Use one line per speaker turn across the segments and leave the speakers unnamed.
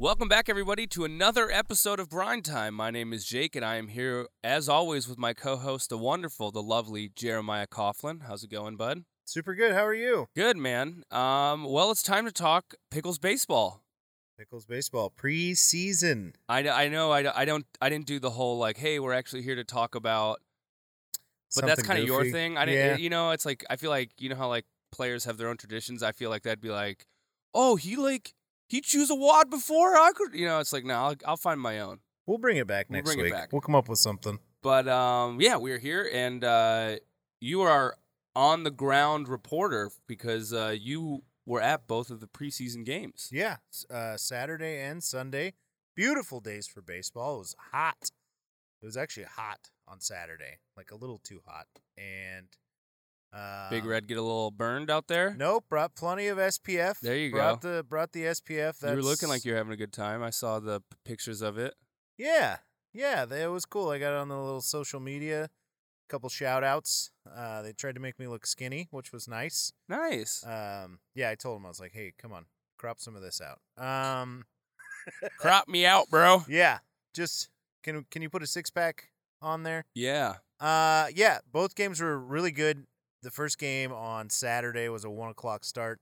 Welcome back, everybody, to another episode of Brine Time. My name is Jake, and I am here, as always, with my co host, the wonderful, the lovely Jeremiah Coughlin. How's it going, bud?
Super good. How are you?
Good, man. Um, well, it's time to talk Pickles baseball.
Pickles baseball preseason.
I, I know I, I don't I didn't do the whole like hey we're actually here to talk about but that's kind of your thing I didn't eh,
Yeah.
you know it's like I feel like you know how like players have their own traditions I feel like that'd be like oh he like he choose a wad before I could you know it's like no I'll, I'll find my own
We'll bring it back
We'll
next
bring it
week.
back.
We'll come up with something.
But um, yeah, we're here, and uh, you are on the ground reporter because uh, you were at both of the preseason games.
Yeah. s- Uh, Saturday and Sunday. Beautiful days for baseball. It was hot. It was actually hot on Saturday, like a little too hot. And uh,
Big Red get a little burned out there.
Nope. Brought plenty of SPF.
There you
brought The, brought the SPF. That's,
you were looking like you're having a good time. I saw the p- pictures of it.
Yeah. Yeah, that was cool. I got on the little social media, couple shout outs. Uh, they tried to make me look skinny, which was nice.
Nice.
Um, yeah, I told him I was like, "Hey, come on, crop some of this out." Um,
Crop me out, bro.
yeah, just can can you put a six pack on there?
Yeah.
Uh, yeah, both games were really good. The first game on Saturday was a one o'clock start.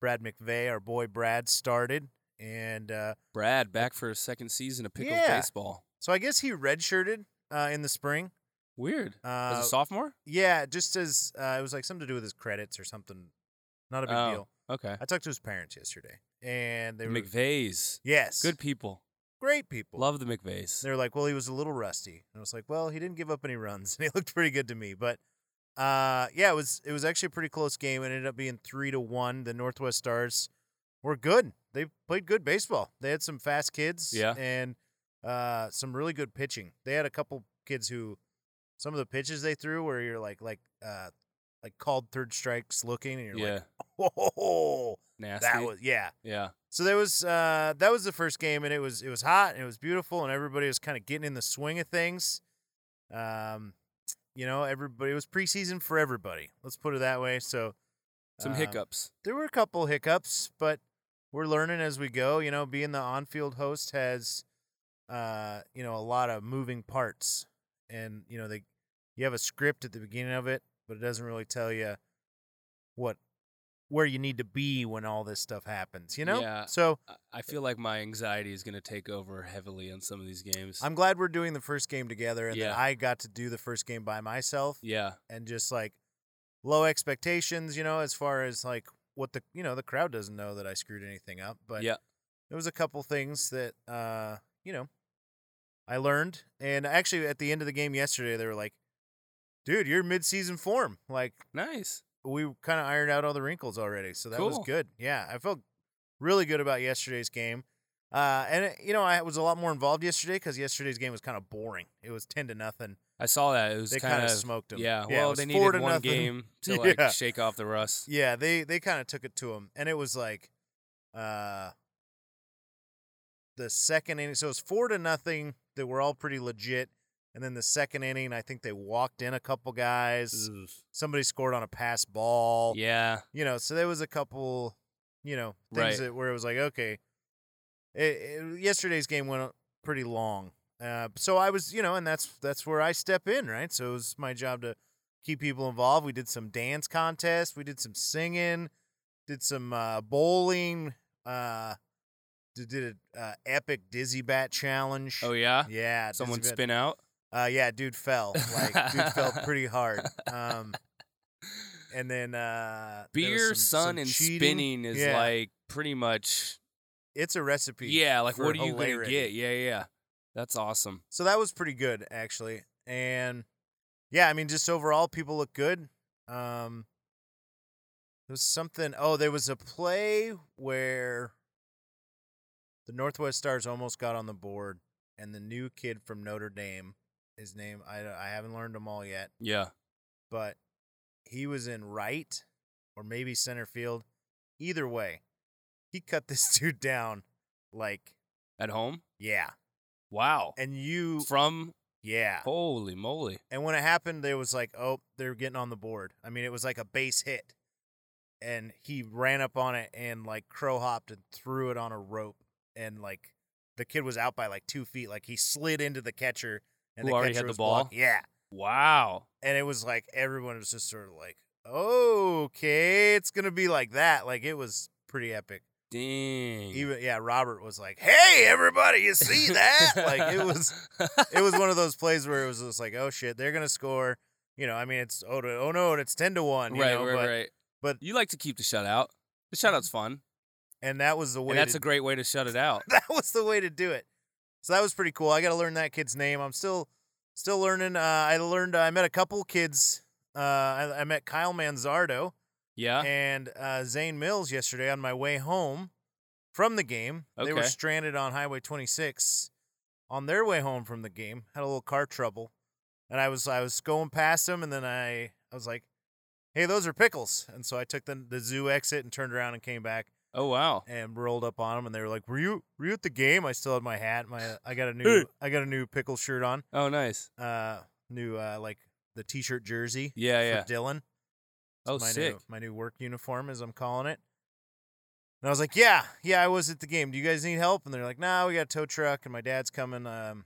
Brad McVeigh, our boy Brad, started, and uh,
Brad back for a second season of Pickles
Yeah.
Baseball.
so I guess he redshirted uh, in the spring.
Weird. As
Uh,
a sophomore?
yeah, just as uh, it was like something to do with his credits or something. Not a big
Oh.
deal.
Okay.
I talked to his parents yesterday, and they were
McVeighs.
yes,
Good people.
great people.
Love the McVeighs.
They're like, well, he was a little rusty. And I was like, well, he didn't give up any runs, and he looked pretty good to me. But uh, yeah, it was it was actually a pretty close game. It ended up being three to one. The Northwest Stars were good. They played good baseball. They had some fast kids,
Yeah.
and uh, some really good pitching. They had a couple kids who some of the pitches they threw where you're like like uh, like called third strikes looking, and you're
yeah.
like, whoa,
Nasty.
that was yeah.
yeah.
So there was uh, that was the first game, and it was it was hot and it was beautiful, and everybody was kind of getting in the swing of things. Um, you know, everybody it was preseason for everybody. Let's put it that way. So
Some
um,
hiccups.
There were a couple hiccups, but we're learning as we go. You know, being the on-field host has, uh, you know, a lot of moving parts, and you know they you have a script at the beginning of it, but it doesn't really tell you what where you need to be when all this stuff happens. You know,
Yeah.
so.
I- I feel like my anxiety is going to take over heavily on some of these games.
I'm glad we're doing the first game together and
Yeah.
that I got to do the first game by myself
yeah,
and just like low expectations, you know, as far as like what the you know, the crowd doesn't know that I screwed anything up. But
Yeah.
there was a couple things that uh, you know, I learned. And actually at the end of the game yesterday they were like, Dude, you're mid season form. Like
nice.
we kind of ironed out all the wrinkles already, so that was
Cool.
good. Yeah, I felt really good about yesterday's game, uh, and it, you know I was a lot more involved yesterday because yesterday's game was kind of boring. It was ten to nothing.
I saw that. It was
They
kind of
smoked them.
yeah.
it
Well,
was
they
four
needed
to
one
nothing.
game to like
Yeah.
shake off the rust.
Yeah, they they kind of took it to them, and it was like, uh, the second inning. So it's four to nothing. They were all pretty legit, and then the second inning, I think they walked in a couple guys.
Ugh.
Somebody scored on a pass ball.
Yeah.
you know so there was a couple you know
Right.
things that where it was like okay it, it- yesterday's game went pretty long uh, so i was you know and that's that's where i step in right so it was my job to keep people involved we did some dance contests we did some singing did some uh, bowling uh, did, did a uh, epic dizzy bat challenge
Oh yeah.
yeah dizzy
Someone
bat-
spin out.
uh, yeah, dude fell. Like, dude fell pretty hard. Um, and then uh, there was
Beer,
some-
sun,
some
and
cheating.
spinning is
Yeah.
like pretty much.
it's a recipe.
Yeah. Like
for
what are you
hilarity.
gonna get? Yeah. Yeah. That's awesome.
So that was pretty good actually, and yeah, I mean, just overall, people look good. Um, there was something. Oh, there was a play where the Northwest Stars almost got on the board, and the new kid from Notre Dame, his name I I haven't learned them all yet.
Yeah.
but he was in right or maybe center field. Either way, he cut this dude down like,
At home.
yeah.
Wow.
And you,
From
yeah.
holy moly.
And when it happened, there was like, oh, they're getting on the board. I mean, it was like a base hit. And he ran up on it and like crow hopped and threw it on a rope and like the kid was out by like two feet. Like he slid into the catcher, and
Who
the
already
catcher
had the
was block-
ball?
Yeah,
Wow.
and it was like everyone was just sort of like, okay, it's gonna be like that. Like it was pretty epic.
Dang. Mm.
Even yeah, Robert was like, hey, everybody, you see that? like it was it was one of those plays where it was just like, oh shit, they're gonna score. You know, I mean, it's oh, to, oh no, and it's ten to one. You
right,
know,
right,
but,
right.
but-
you like to keep the shutout. The shutout's fun,
And that was the way.
and that's
to,
a great way to shut it out.
that was the way to do it. So that was pretty cool. I got to learn that kid's name. I'm still still learning. Uh, I learned. I met a couple kids. Uh, I, I met Kyle Manzardo
Yeah.
and uh, Zane Mills yesterday on my way home from the game. They were
Okay.
stranded on Highway 26 on their way home from the game. Had a little car trouble, and I was I was going past them, and then I I was like, "Hey, those are pickles!" And so I took the the zoo exit and turned around and came back
oh wow.
and rolled up on them, and they were like, "Were you were you at the game?" I still had my hat. My uh, I got a new
Hey.
I got a new pickle shirt on.
Oh nice.
Uh, new uh like the t-shirt jersey
Yeah, yeah.
for Dylan.
Oh
my
sick.
New, my new work uniform, as I'm calling it. And I was like, "Yeah, yeah, I was at the game. Do you guys need help?" And they're like, "Nah, we got a tow truck, and my dad's coming. Um,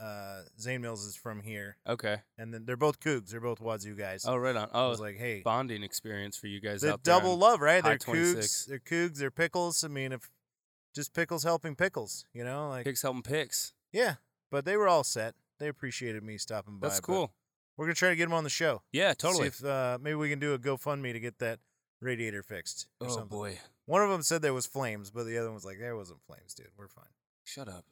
uh, Zane Mills is from here,
Okay.
and then they're both Cougs. They're both Wazoo guys."
Oh right on.
I
Oh,
was like, "Hey,
bonding experience for you guys
the
out there.
double
on-
love, right?
High
They're Cougs,
26.
they're Cougs, they're pickles. I mean, if just pickles helping pickles, you know, like
picks helping picks.
yeah. But they were all set. They appreciated me stopping by.
That's
but
cool.
We're gonna try to get them on the show.
Yeah,
See
totally.
if, uh, maybe we can do a GoFundMe to get that radiator fixed or
Oh
something.
boy.
One of them said there was flames, but the other one was like, "There wasn't flames, dude. We're fine."
Shut up.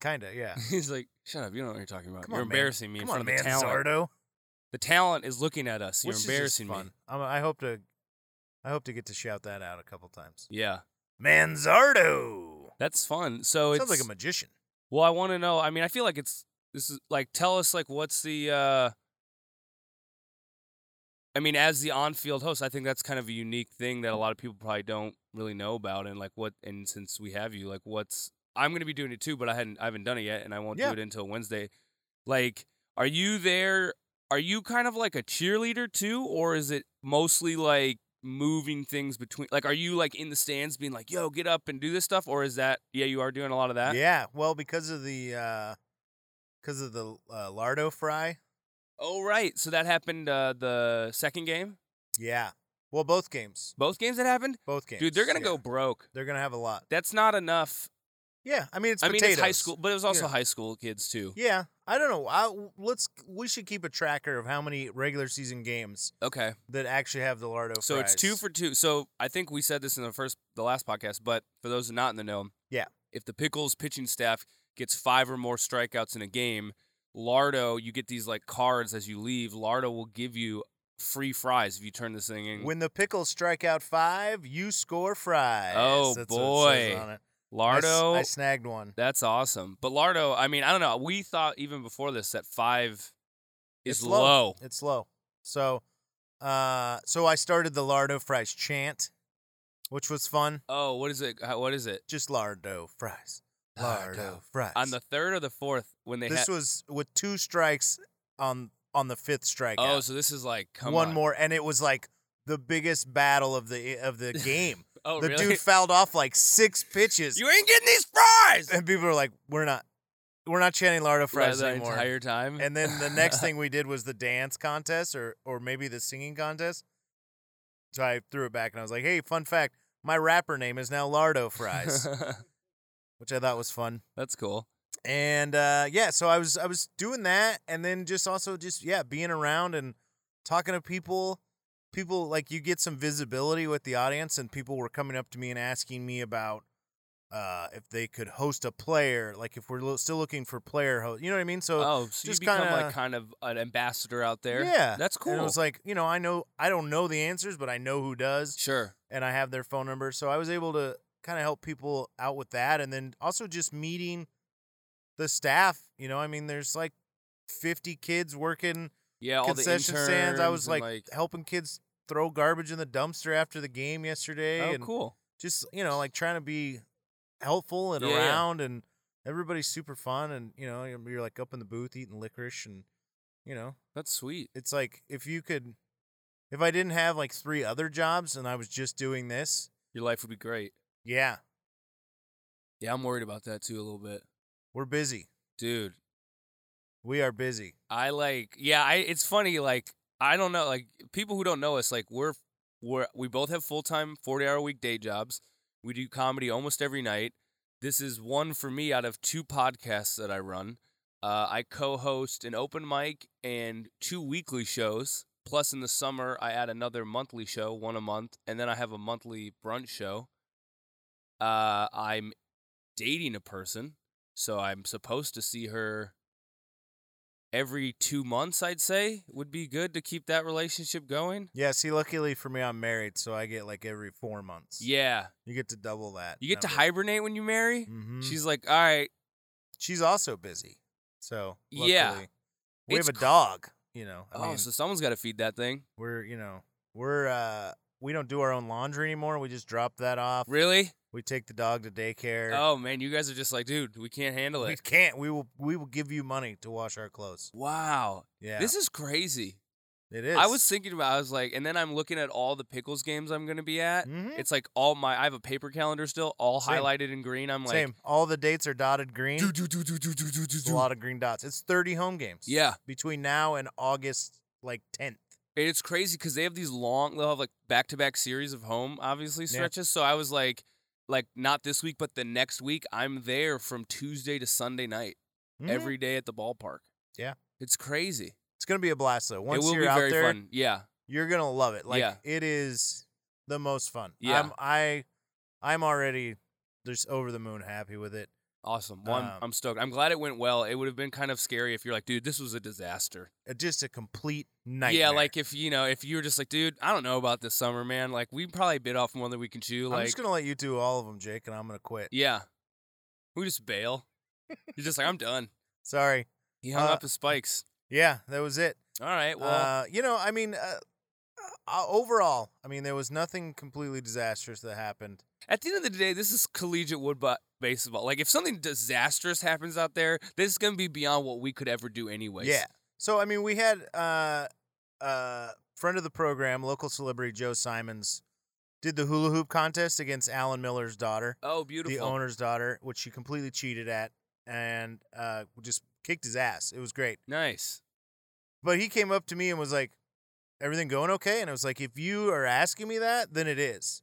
Kinda, yeah.
He's like, shut up. You don't know what you're talking about.
Ah. Come
you're
on, man.
embarrassing me in
Come on,
front of
man,
the talent.
Zardo.
The talent is looking at us. You're
Which is just
embarrassing
fun.
me.
I'm, I hope to, I hope to get to shout that out a couple times.
Yeah,
Manzardo
that's fun. So
sounds
it's
like a magician.
well, I want to know. I mean, I feel like it's this is like tell us like what's the. uh I mean, as the on-field host, I think that's kind of a unique thing that a lot of people probably don't really know about. And like what, and since we have you, like what's I'm going to be doing it too, but I hadn't, I haven't done it yet, and I won't
Yeah.
do it until Wednesday. Like, are you there? Are you kind of like a cheerleader too, or is it mostly like moving things between? Like, are you like in the stands being like, "Yo, get up and do this stuff," or is that yeah, you are doing a lot of that?
Yeah, well, because of the uh because of the uh, lardo fry.
Oh right, so that happened uh, the second game.
Yeah. Well, both games,
Both games that happened,
both games.
dude. They're gonna
yeah.
go broke.
They're gonna have a lot.
That's not enough.
Yeah, I mean it's
I mean, it's high
potatoes.
school, but it was also
Yeah.
high school kids too.
Yeah, I don't know. I, let's we should keep a tracker of how many regular season games
Okay,
that actually have the lardo.
so it's two
fries.
for two. So I think we said this in the first, the last podcast, but for those not in the know,
Yeah.
if the Pickles pitching staff gets five or more strikeouts in a game, Lardo, you get these like cards as you leave. Lardo will give you free fries if you turn this thing in.
When the pickles strike out five, you score fries.
Oh,
That's what it says
boy.
on it. I s-
Lardo,
I, snagged one.
That's awesome. But Lardo, I mean, I don't know. We thought even before this that five is
It's
low.
low. It's low. So, uh, so I started the lardo fries chant, which was fun.
Oh, what is it? How- What is it?
Just lardo fries, lardo fries.
On the third or the fourth when they
this
had.
was with two strikes on on the fifth strike.
Oh, so this is like come
one
on.
more, and it was like the biggest battle of the of the game.
Oh,
the
really?
dude fouled off like six pitches,
you ain't getting these fries.
and people were like, "We're not, we're not chanting lardo fries
the
anymore."
entire time.
And then the next thing we did was the dance contest or or maybe the singing contest. So I threw it back and I was like, "Hey, fun fact, my rapper name is now Lardo Fries," which I thought was fun.
That's cool.
And uh, yeah, so I was I was doing that and then just also just yeah, being around and talking to people. People like you get some visibility with the audience and people were coming up to me and asking me about uh, if they could host a player, like if we're lo- still looking for player host, you know what I mean? So
oh, so
just
you become
kinda-
like kind of an ambassador out there.
Yeah,
that's cool.
And it was like, you know, I know I don't know the answers, but I know who does,
sure.
and I have their phone number. So I was able to kind of help people out with that, and then also just meeting the staff. You know, I mean, there's like 50 kids working
Yeah, all the
concession stands. I
interns
was
and,
like, helping kids throw garbage in the dumpster after the game yesterday,
oh,
and
cool.
just you know, like trying to be helpful and
Yeah, yeah.
around, and everybody's super fun, and you know, you're you're, like up in the booth eating licorice, and you know,
That's sweet.
it's like if you could if i didn't have like three other jobs and i was just doing this
Your life would be great.
yeah
Yeah, I'm worried about that too a little bit,
We're busy.
dude.
We are busy.
I like yeah, I it's funny like I don't know like people who don't know us like we're we're we both have full-time 40-hour week day jobs. We do comedy almost every night. This is one for me out of two podcasts that I run. Uh, I co-host an open mic and two weekly shows. Plus in the summer I add another monthly show, one a month, and then I have a monthly brunch show. Uh, I'm dating a person, so I'm supposed to see her every two months, I'd say, would be good to keep that relationship going.
Yeah, see, luckily for me, I'm married, so I get like every four months.
Yeah.
You get to double that.
You get to hibernate when you marry.
hmm She's,
She's like, all right,
She's also busy. So, luckily,
Yeah.
We
It's
have a
cr-
dog, you know. I
oh,
mean,
so someone's got to feed that thing.
we're, you know, we're, uh, we don't do our own laundry anymore. We just drop that off.
Really?
We take the dog to daycare.
Oh, man, you guys are just like, dude, we can't handle
we
it.
can't. We will. We will give you money to wash our clothes.
Wow.
Yeah,
This is crazy.
it is.
I was thinking about, I was like, and then I'm looking at all the Pickles games I'm going to be at.
Mhm.
It's like all my, I have a paper calendar still, all
Same.
highlighted in green. I'm like,
Same. All the dates are dotted green.
do, do, do, do, do, do, do, do,
It's a lot of green dots. It's 30 home games.
Yeah.
Between now and August like 10th.
And it's crazy because they have these long, they'll have like back to back series of home, obviously, stretches. So I was like, like not this week, but the next week, I'm there from Tuesday to Sunday night,
Mhm.
every day at the ballpark.
Yeah.
It's crazy.
It's going to be a blast though. Once
it will
you're
be
out
very
there,
fun. Yeah.
you're going to love it. Like
Yeah.
it is the most fun.
Yeah.
I'm I I'm already just over the moon happy with it.
Awesome. Well, I'm,
Um,
I'm stoked. I'm glad it went well. It would have been kind of scary if you're like, dude, this was a disaster.
Uh, Just a complete nightmare.
Yeah. Like if, you know, if you were just like, dude, I don't know about this summer, man. Like we probably bit off more than we can chew.
I'm
like,
just going to let you do all of them, Jake, and I'm going to quit.
yeah. We just bail. you're just like, I'm done.
Sorry.
He hung
Uh,
up his spikes.
Yeah, that was it.
All right. Well,
uh, you know, I mean, uh, uh, overall, I mean, there was nothing completely disastrous that happened.
At the end of the day, this is collegiate wood bu- baseball. Like, if something disastrous happens out there, this is going to be beyond what we could ever do, anyways.
Yeah. So I mean, we had uh, uh, friend of the program, local celebrity Joe Simons, did the hula hoop contest against Alan Miller's daughter,
Oh, beautiful.
the owner's daughter, which she completely cheated at and uh, just kicked his ass. It was great.
Nice.
But he came up to me and was like, "Everything going okay?" And I was like, "If you are asking me that, then it is."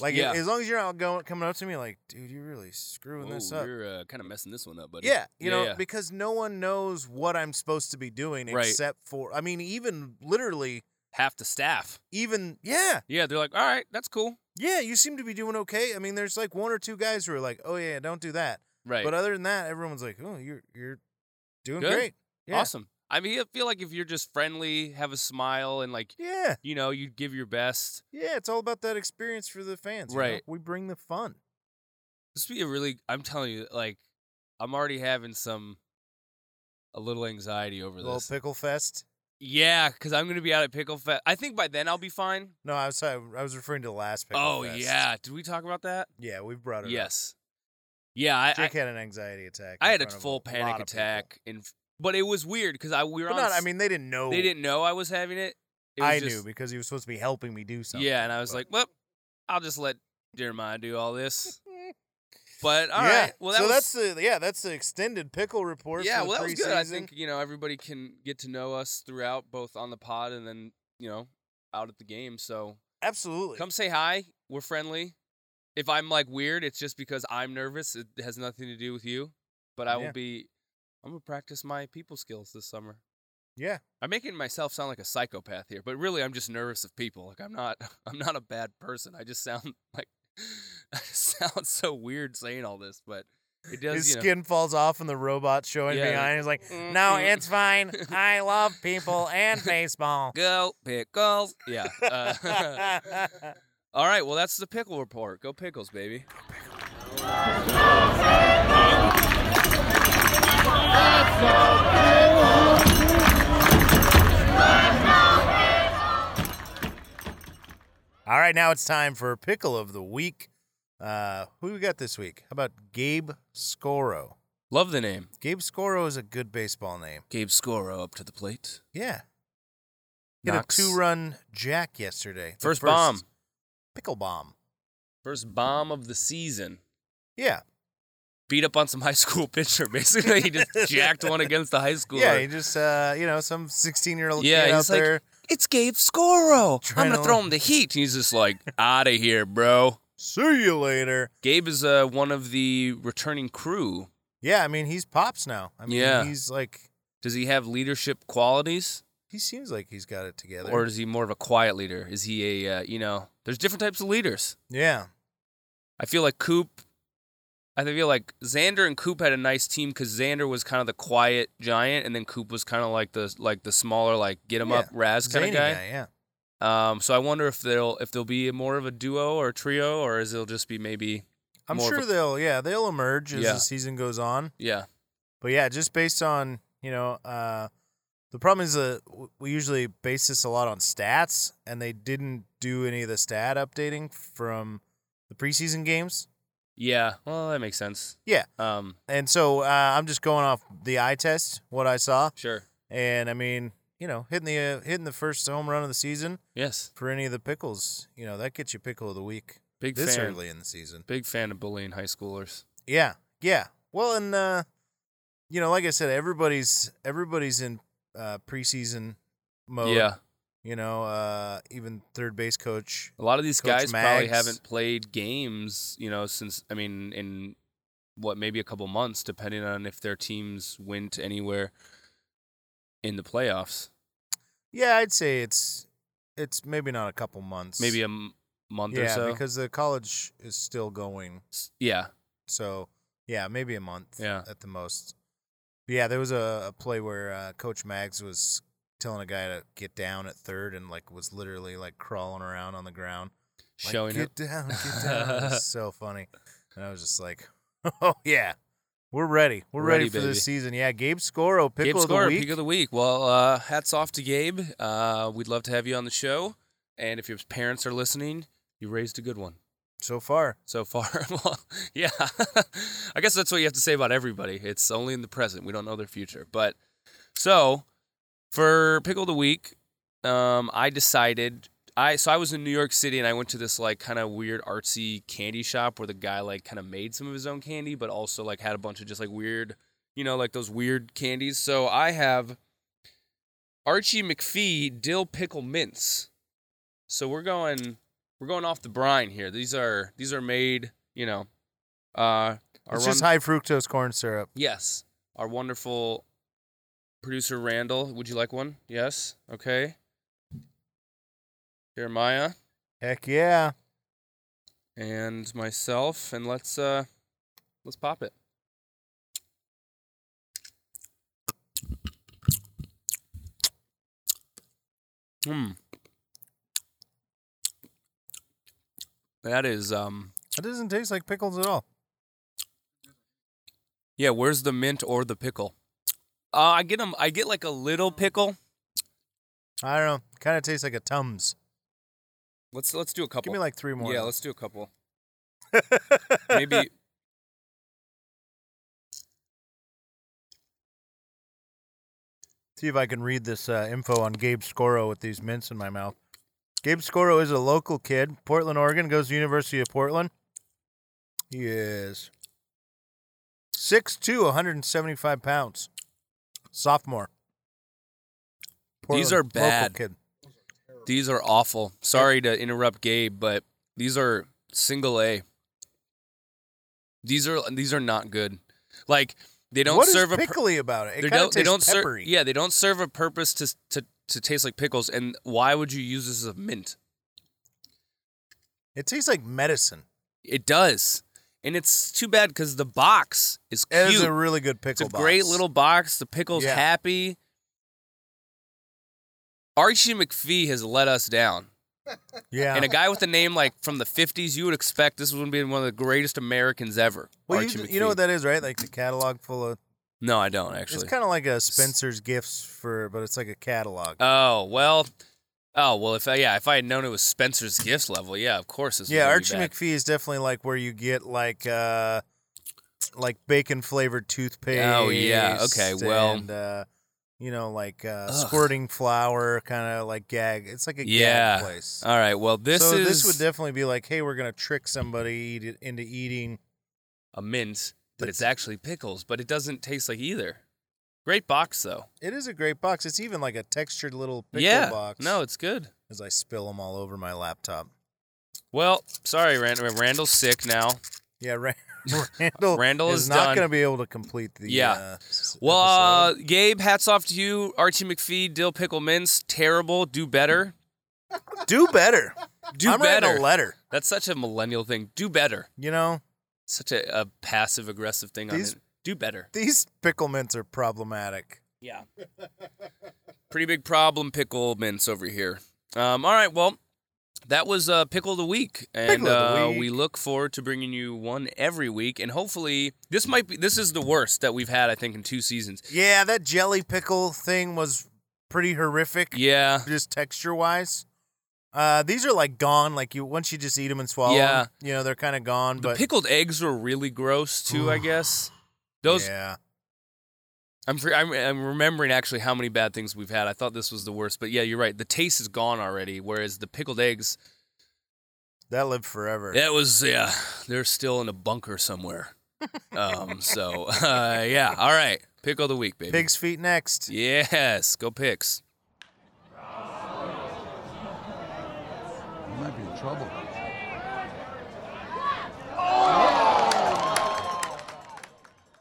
Like
Yeah.
as long as you're not going coming up to me like, dude, you're really screwing
Oh,
this up.
you're uh, kind of messing this one up, buddy.
Yeah, you know,
yeah.
because no one knows what I'm supposed to be doing
Right.
except for I mean, even literally,
half the staff.
even yeah,
Yeah, they're like, all right, that's cool.
yeah, you seem to be doing okay. I mean, there's like one or two guys who are like, "Oh yeah, don't do that,"
Right.
but uh, other than that, everyone's like, "Oh, you're you're doing
Good.
great, yeah.
Awesome. I mean, I feel like if you're just friendly, have a smile, and like,
yeah,
you know, you give your best.
yeah." It's all about that experience for the fans, you know?
Right.
We bring the fun.
This would be a really. I'm telling you, like, I'm already having some, a little anxiety over
little
this.
pickle fest.
yeah, because I'm gonna be out at Pickle Fest. I think by then I'll be fine.
No, I was sorry, I was referring to the last pickle.
Oh
fest.
yeah, did we talk about that?
yeah, we've brought it. up.
Yes. Yeah, I I,
Jake had an anxiety attack.
I had
in
a
front of
full
lot
panic
of people.
attack, and but it was weird because I we were
But
on.
not, I
s-
mean, they didn't know.
they didn't know I was having it. It was
I
just-
knew because he was supposed to be helping me do something.
Yeah, and I was
but-
like, well, I'll just let Jeremiah do all this. But all right,
yeah.
well that
so
was
that's the yeah, that's the extended pickle report.
yeah,
for the
well that was good. I
preseason.
think you know everybody can get to know us throughout, both on the pod and then you know out at the game. So
absolutely.
come say hi. We're friendly. If I'm like weird, it's just because I'm nervous. It has nothing to do with you. But I
Yeah.
will be. I'm gonna practice my people skills this summer.
yeah,
I'm making myself sound like a psychopath here, but really I'm just nervous of people. Like I'm not. I'm not a bad person. I just sound like. I just sound so weird saying all this, but it does.
his
you know,
skin falls off and the robot showing
Yeah,
behind. He's like,
Mm,
"No,
mm.
it's fine. I love people and baseball."
Go pickles. Yeah. Uh, all right. Well, that's the pickle report. Go pickles, baby.
All right, now it's time for pickle of the week. Uh, who we got this week? How about Gabe Scoro?
Love the name.
Gabe Scoro is a good baseball name.
Gabe Scoro up to the plate.
Yeah. Hit
Knocks.
a two run jack yesterday. The
First bomb.
Pickle bomb.
First bomb of the season.
Yeah.
beat up on some high school pitcher. Basically, he just jacked one against the high school.
Yeah, he just uh, you know, some sixteen year old
Yeah,
kid out
he's like,
there.
it's Gabe Scoro. I'm
Trying
gonna
to-
throw him the heat. He's just like, out of here, bro.
See you later.
Gabe is uh, one of the returning crew.
Yeah, I mean he's pops now. I mean
Yeah.
he's like
Does he have leadership qualities,
he seems like he's got it together.
or is he more of a quiet leader? Is he a uh, you know? There's different types of leaders.
yeah.
I feel like Coop. I feel like Xander and Coop had a nice team because Xander was kind of the quiet giant, and then Coop was kind of like the like the smaller like get him up Raz kind of
Zany
guy.
yeah.
Um, so I wonder if they'll if they'll be more of a duo or a trio, or is it'll just be maybe
I'm
more of
sure
a-
they'll yeah, they'll emerge as
Yeah.
the season goes on.
yeah
But yeah, just based on you know, uh, the problem is that w- we usually base this a lot on stats, and they didn't do any of the stat updating from the preseason games.
yeah. Well, that makes sense.
Yeah.
Um,
And so uh, I'm just going off the eye test, what I saw,
sure.
and I mean, you know, hitting the uh, hitting the first home run of the season
Yes.
for any of the pickles, you know, that gets you pickle of the week
Big
this
fan.
early in the season.
Big fan of bullying high schoolers.
Yeah, yeah. Well, and uh, you know, like I said, everybody's everybody's in uh, preseason mode.
Yeah.
you know, uh, even third base coach.
A lot of these
Coach
guys probably
Mags.
haven't played games, you know, since I mean, in what maybe a couple months, depending on if their teams went anywhere in the playoffs.
Yeah, I'd say it's it's maybe not a couple months.
Maybe a m- month or
yeah,
so.
because the college is still going.
S- yeah,
So yeah, maybe a month.
Yeah.
at the most. But yeah, there was a, a play where uh, Coach Mags was telling a guy to get down at third and like was literally like crawling around on the ground. Like,
showing it.
get down, get down. It was so funny. And I was just like, oh yeah, we're ready. We're ready,
Ready,
for
baby.
this season. Yeah, Gabe Scoro, pickle
Gabe
of
Score,
the week.
pick of the week. Well, uh, hats off to Gabe. Uh, we'd love to have you on the show. And if your parents are listening, you raised a good one.
so far.
so far. well, yeah, I guess that's what you have to say about everybody. It's only in the present. We don't know their future. But so for pickle of the week, um, I decided I so I was in New York City and I went to this like kind of weird artsy candy shop where the guy like kind of made some of his own candy, but also like had a bunch of just like weird, you know, like those weird candies. So I have Archie McPhee dill pickle mints. So we're going we're going off the brine here. These are these are made, you know, uh our
It's just
run-
high fructose corn syrup.
Yes. Our wonderful producer Randall, would you like one? Yes. Okay. Jeremiah
Heck yeah.
and myself and let's uh let's pop it. Hmm. That is um
It doesn't taste like pickles at all.
Yeah, where's the mint or the pickle? Uh, I get 'em- I get like a little pickle.
I don't know. Kind of tastes like a Tums.
Let's let's do a couple.
Give me like three more.
yeah,
of
let's do a couple.
those.
Maybe.
see if I can read this uh, info on Gabe Scoro with these mints in my mouth. Gabe Scoro is a local kid, Portland, Oregon, goes to University of Portland. He is 6'2", 175 pounds, sophomore.
These
Portland,
are
local
bad.
kid.
these are awful. Sorry to interrupt, Gabe, but these are single A. These are these are not good. Like they don't
What is
serve a. pur-
pickly about it? It
they
kind of
don't,
tastes
they don't serve.
peppery.
Yeah, they don't serve a purpose to to to taste like pickles. And why would you use this as a mint?
It tastes like medicine.
It does, and it's too bad because the box is cute.
It is a really good
It's
pickle
a great
box.
little box. The pickle's
Yeah.
happy. Archie McPhee has let us down.
Yeah.
And a guy with a name like from the 50s, you would expect this would be one of the greatest Americans ever.
well,
Archie
you,
McPhee.
you know what that is, right? Like the catalog full of.
No, I don't actually.
It's kind of like a Spencer's Gifts for, but it's like a catalog.
oh, well. Oh, well, if I, yeah, if I had known it was Spencer's Gifts level, yeah, of course. This
yeah,
was
Archie
gonna be bad.
McPhee is definitely like where you get like uh like bacon flavored toothpaste.
Oh, yeah, okay, well-
and, uh, you know, like uh,
Ugh.
squirting flour, kind of like gag. It's like a
Yeah.
gag place.
All right, well, this
so
is
this would definitely be like, hey, we're gonna trick somebody eat- into eating.
a mint. but it's actually pickles, but it doesn't taste like either. Great box though.
It is a great box. It's even like a textured little pickle
yeah.
box.
No, it's good.
as I spill them all over my laptop.
Well, sorry, Randall. Randall's sick now.
Yeah, Ra- Randall.
Randall
is,
is
not
done.
going to be able to complete the.
Yeah.
Uh, s-
Well, uh,
episode.
Gabe, hats off to you. Archie McPhee, Dill Pickle Mince, terrible. Do better.
do better.
uh, Do
I'm
better.
writing a letter.
That's such a millennial thing. Do better.
You know
Such a, a passive aggressive thing
These-
on it. Do better.
these pickle mints are problematic.
Yeah. Pretty big problem, pickle mince over here. Um, all right, well, that was uh, pickle of the week, and
Pickle of the
uh,
Week.
we look forward to bringing you one every week. And hopefully, this might be this is the worst that we've had, I think, in two seasons.
Yeah, that jelly pickle thing was pretty horrific.
Yeah,
just texture wise. Uh, these are like gone. Like you, once you just eat them and swallow
Yeah.
'em, you know they're kind of gone.
the
but
pickled eggs were really gross too. I guess those.
yeah,
I'm, fr- I'm I'm remembering actually how many bad things we've had. I thought this was the worst, but yeah, you're right. The taste is gone already. Whereas the pickled eggs,
that lived forever.
That was yeah. They're still in a bunker somewhere. Um. So uh, yeah. All right. Pick of the week, baby.
Pig's feet next.
Yes. Go picks.
You might be in trouble.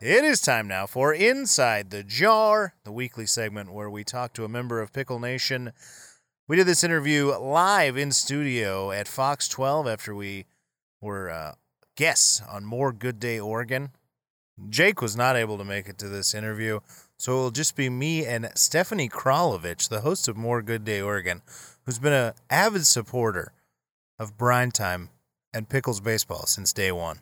It is time now for Inside the Jar, the weekly segment where we talk to a member of Pickle Nation. We did this interview live in studio at Fox 12 after we were uh, guests on More Good Day Oregon. Jake was not able to make it to this interview, so it'll just be me and Stephanie Kralovich, the host of More Good Day Oregon, who's been an avid supporter of Brine Time and Pickles Baseball since day one.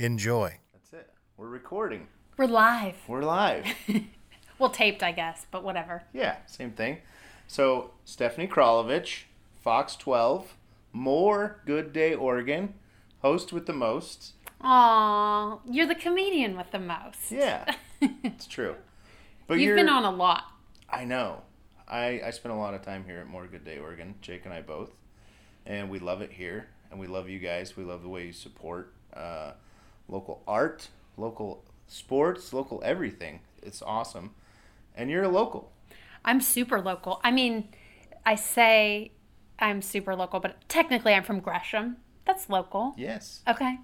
Enjoy.
That's it. We're recording.
We're live.
We're live.
Well, taped, I guess, but whatever.
yeah, same thing. So, Stephanie Kralovich, Fox 12, more Good Day Oregon, host with the most.
Aw, you're the comedian with the most.
Yeah, it's true. But
You've
you're-
been on a lot.
I know. I, I spent a lot of time here at More Good Day Oregon, Jake and I both. And we love it here. And we love you guys. We love the way you support uh, local art, local sports, local everything. It's awesome. And you're a local.
I'm super local. I mean, I say I'm super local, but technically I'm from Gresham. That's local.
Yes.
Okay.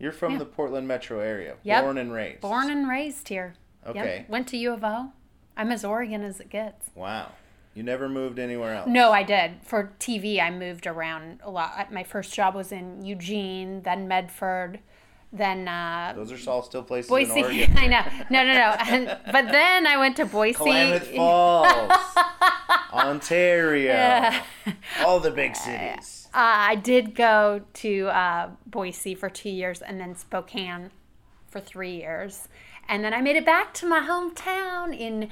You're from
Yeah.
the Portland metro area,
Yep.
born and raised.
Born and raised here. Yep.
Okay.
Went to U of O. I'm as Oregon as it gets.
Wow. You never moved anywhere else.
No, I did. For TV, I moved around a lot. I- My first job was in Eugene, then Medford, then uh,
Those are all still places in
Boise.
Oregon.
I know. No, no, no. And, but then I went to Boise.
Klamath Falls, Ontario, all the big cities.
Uh, I did go to uh, Boise for two years and then Spokane for three years. And then I made it back to my hometown in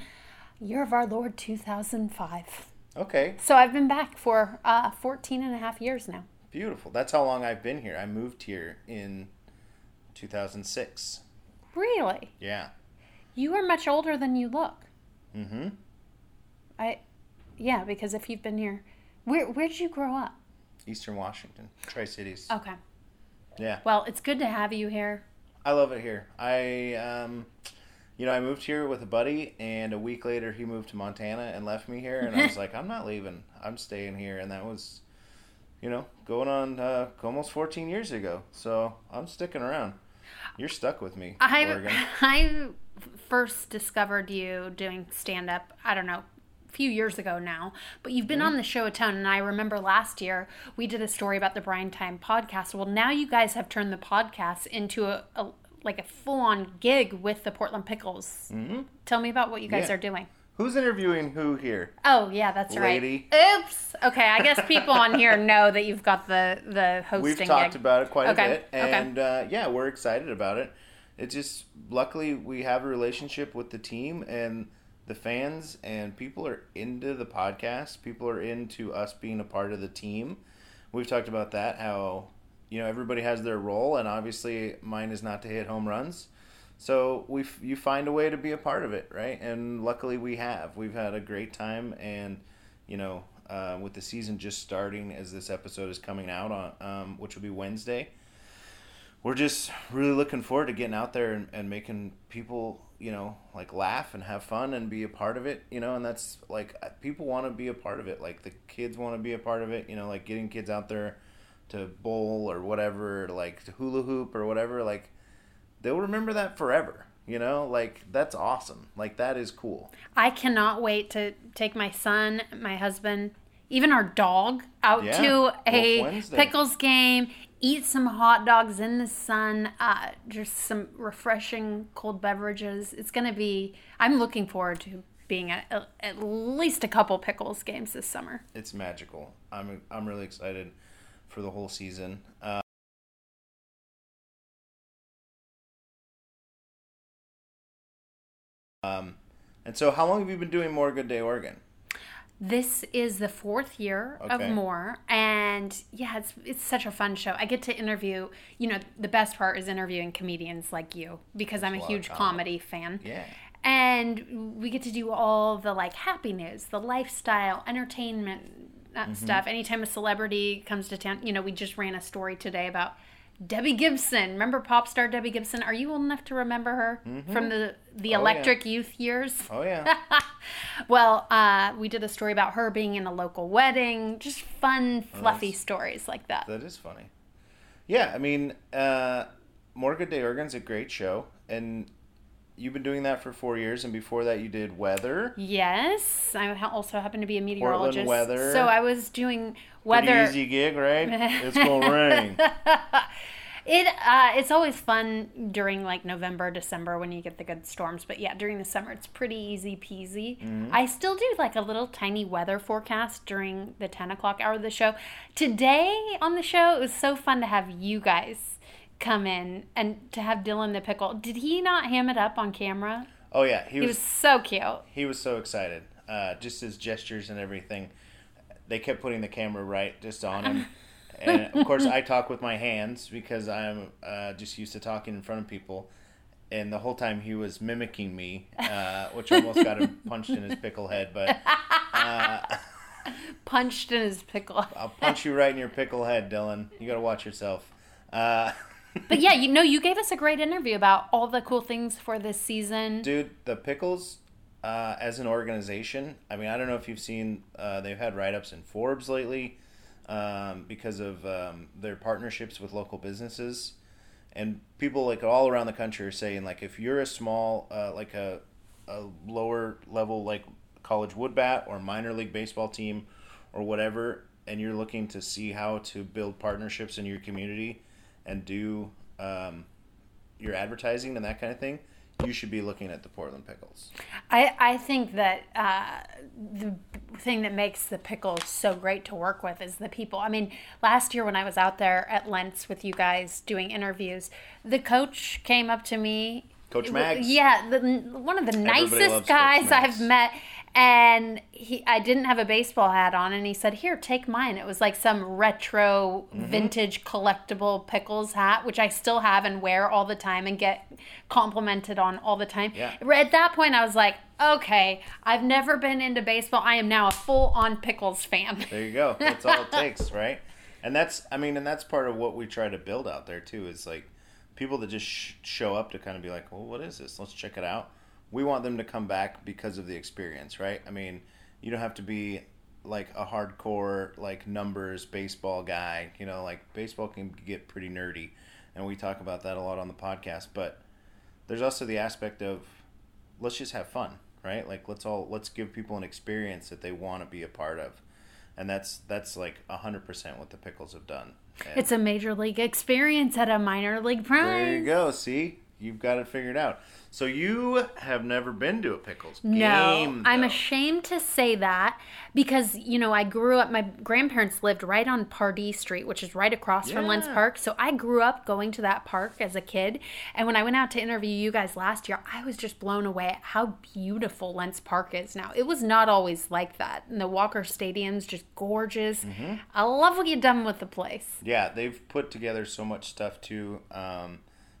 year of our Lord 2005.
Okay,
So I've been back for uh, 14 and a half years now.
beautiful. That's how long I've been here. I moved here in 2006.
Really?
Yeah.
You are much older than you look. Mm-hmm. I, yeah, because if you've been here, where, where did you grow up?
Eastern Washington, Tri Cities.
Okay.
Yeah.
Well, it's good to have you here.
I love it here. I, um, you know, I moved here with a buddy, and a week later he moved to Montana and left me here. And I was like, I'm not leaving. I'm staying here. And that was, you know, going on uh, almost 14 years ago. So I'm sticking around. You're stuck with me, Oregon.
I I first discovered you doing stand up, I don't know, a few years ago now, but you've
Mm-hmm.
been on the show a ton and I remember last year we did a story about the Brine Time podcast. Well, now you guys have turned the podcast into a, a like a full-on gig with the Portland Pickles. Mm-hmm. Tell me about what you guys
Yeah.
are doing.
Who's interviewing who here?
Oh yeah, that's
Lady.
right. Oops. Okay, I guess people on here know that you've got the the hosting.
We've talked
gig.
about it quite
Okay,
a bit,
okay.
and uh, yeah, we're excited about it. It just luckily we have a relationship with the team and the fans, and people are into the podcast. People are into us being a part of the team. We've talked about that how you know everybody has their role, and obviously mine is not to hit home runs. So we f- you find a way to be a part of it, right? And luckily we have. We've had a great time, and you know, uh, with the season just starting as this episode is coming out on, um, which will be Wednesday, we're just really looking forward to getting out there and, and making people you know like laugh and have fun and be a part of it you know and that's like uh, people want to be a part of it like the kids want to be a part of it you know like getting kids out there to bowl or whatever like to hula hoop or whatever like they'll remember that forever you know like that's awesome like that is cool
I cannot wait to take my son, my husband, even our dog out
Yeah,
to
Wolf
a
Wednesday.
pickles game, eat some hot dogs in the sun, uh, just some refreshing cold beverages. It's going to be, I'm looking forward to being at, at- at least a couple pickles games this summer.
it's magical i'm i'm really excited for the whole season uh, um and so how long have you been doing more good day oregon
This is the fourth year
Okay.
of more, and yeah, it's it's such a fun show. I get to interview. You know, the best part is interviewing comedians like you because I'm a
lot of
huge
comedy.
comedy fan.
yeah
and we get to do all the like happy news, the lifestyle, entertainment uh,
Mm-hmm.
stuff. Anytime a celebrity comes to town, you know, we just ran a story today about Debbie Gibson. Remember pop star Debbie Gibson? Are you old enough to remember her from the
Mm-hmm. Oh,
the
yeah.
Electric Youth years?
oh yeah
Well, uh, we did a story about her being in a local wedding. Just fun, fluffy stories like that.
That is funny. Yeah, I mean, uh, Morgan de Oregon's a great show, and you've been doing that for four years, and before that, you did weather.
Yes, I ha- also happen to be a meteorologist.
weather.
So I was doing
Pretty
weather.
easy gig, right? it's gonna rain.
It uh, it's always fun during like November, December when you get the good storms. But yeah, during the summer it's pretty easy peasy. I still do like a little tiny weather forecast during the ten o'clock hour of the show. Today on the show, it was so fun to have you guys come in and to have Dylan the pickle. Did he not ham it up on camera?
Oh yeah, he
He was so cute.
he was so excited. Uh, just his gestures and everything. They kept putting the camera right just on him. and of course, I talk with my hands because I'm uh, just used to talking in front of people. And the whole time he was mimicking me, uh, which almost got him punched in his pickle head. But
Punched in his pickle.
I'll punch you right in your pickle head, Dylan. You got to watch yourself. Uh,
But yeah, you know, you gave us a great interview about all the cool things for this season.
dude the pickles uh, as an organization i mean i don't know if you've seen uh, they've had write-ups in forbes lately um, because of um, their partnerships with local businesses and people like all around the country are saying like if you're a small uh, like a, a lower level like college wood bat or minor league baseball team or whatever and you're looking to see how to build partnerships in your community and do um, your advertising and that kind of thing, you should be looking at the Portland Pickles.
I, I think that uh, the thing that makes the pickles so great to work with is the people. I mean, last year when I was out there at Lentz with you guys doing interviews, the coach came up to me.
Coach
It wa-
Mags.
Yeah, the, one of the
loves
nicest
Coach
guys
Mags.
I've met. And he, I didn't have a baseball hat on, and he said, "Here, take mine." It was like some retro,
Mm-hmm.
vintage, collectible pickles hat, which I still have and wear all the time, and get complimented on all the time.
Yeah.
At that point, I was like, okay, I've never been into baseball. I am now a full on pickles fan.
There you go. That's all it takes, right? And that's, I mean, and that's part of what we try to build out there too is like people that just sh- show up to kind of be like, well, what is this? Let's check it out. We want them to come back because of the experience, right? I mean, you don't have to be like a hardcore, like numbers baseball guy. You know, like baseball can get pretty nerdy. And we talk about that a lot on the podcast. But there's also the aspect of let's just have fun right like let's all let's give people an experience that they want to be a part of and that's that's like 100% what the pickles have done And
It's a major league experience at a minor league
there you
prize.
go see you've got it figured out so you have never been to a pickles
No,
game
I'm
though.
ashamed to say that because, you know, I grew up, my grandparents lived right on Pardee Street, which is right across from Lentz
Yeah.
Park. So I grew up going to that park as a kid. And when I went out to interview you guys last year, I was just blown away at how beautiful Lentz Park is now. It was not always like that. And the Walker Stadium's just gorgeous. I love what you've done with the place.
Mm-hmm. yeah they've put together so much stuff too um,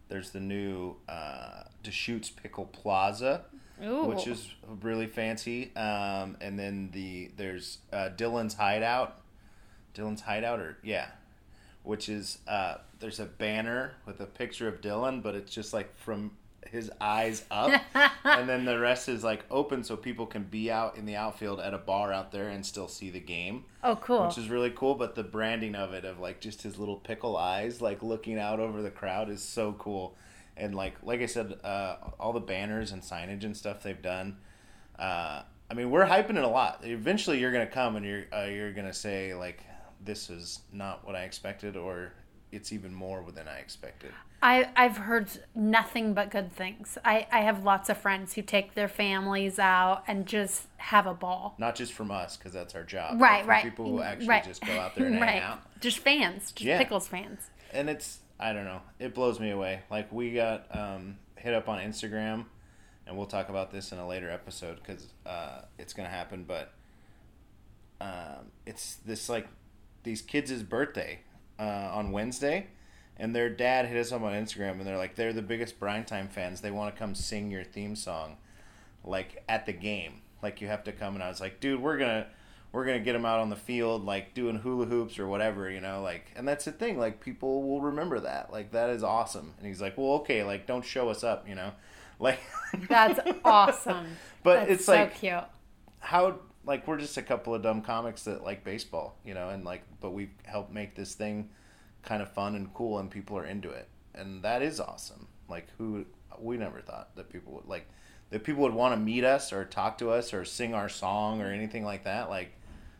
there's the new uh, deschutes pickle plaza which
Ooh.
is really fancy um, and then the there's uh, dylan's hideout dylan's hideout or yeah which is uh, there's a banner with a picture of Dylan, but it's just like from his eyes up, and then the rest is like open so people can be out in the outfield at a bar out there and still see the game,
Oh, cool.
which is really cool. But the branding of it of like just his little pickle eyes, like looking out over the crowd, is so cool. And like like I said, uh, all the banners and signage and stuff they've done. Uh, I mean, we're hyping it a lot. Eventually, you're gonna come and you're uh, you're gonna say like, "This is not what I expected," or "It's even more than I expected."
I, I've heard nothing but good things. I, I have lots of friends who take their families out and just have a ball.
Not just from us, because that's our job. but
Right,
from
right.
People who actually
right.
just go out there and hang
right.
out.
Just fans, just
Yeah.
Pickles fans.
and it's I don't know. It blows me away. Like we got um, hit up on Instagram, and we'll talk about this in a later episode because uh, it's gonna happen. But um, it's this like these kids' birthday uh, on Wednesday, and their dad hit us up on Instagram, and they're like, they're the biggest Brine Time fans. They want to come sing your theme song, like at the game. Like you have to come, and I was like, dude, we're gonna we're gonna get them out on the field, like doing hula hoops or whatever, you know, like. And that's the thing, like people will remember that. Like that is awesome. And he's like, well, okay, like don't show us up, you know, like.
That's awesome.
But
That's
it's
so
like-
cute.
how like we're just a couple of dumb comics that like baseball, you know, and like but we help make this thing kind of fun and cool and people are into it. And that is awesome. Like who we never thought that people would like that people would want to meet us or talk to us or sing our song or anything like that. Like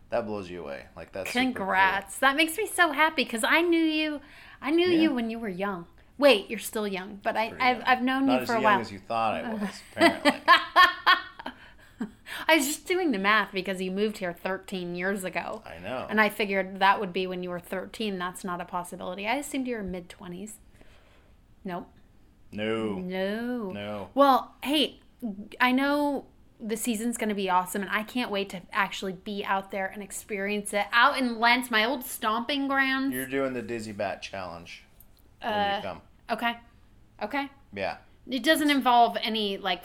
that blows you away. Like that's super cool.
Congrats. That makes me so happy because I knew you. I knew
Yeah.
you when you were young. Wait, you're still young, but I,
Pretty
I've,
young.
I've known
Not
you
as
for a
young
while.
as you thought I was, apparently.
I was just doing the math because you moved here 13 years ago.
I know.
And I figured that would be when you were 13. That's not a possibility. I assumed you were mid 20s. Nope.
no.
No.
No.
Well, hey, I know the season's going to be awesome, and I can't wait to actually be out there and experience it out in Lent, my old stomping grounds.
You're doing the Dizzy Bat challenge when
Uh,
you come.
Okay. Okay.
Yeah.
It doesn't involve any like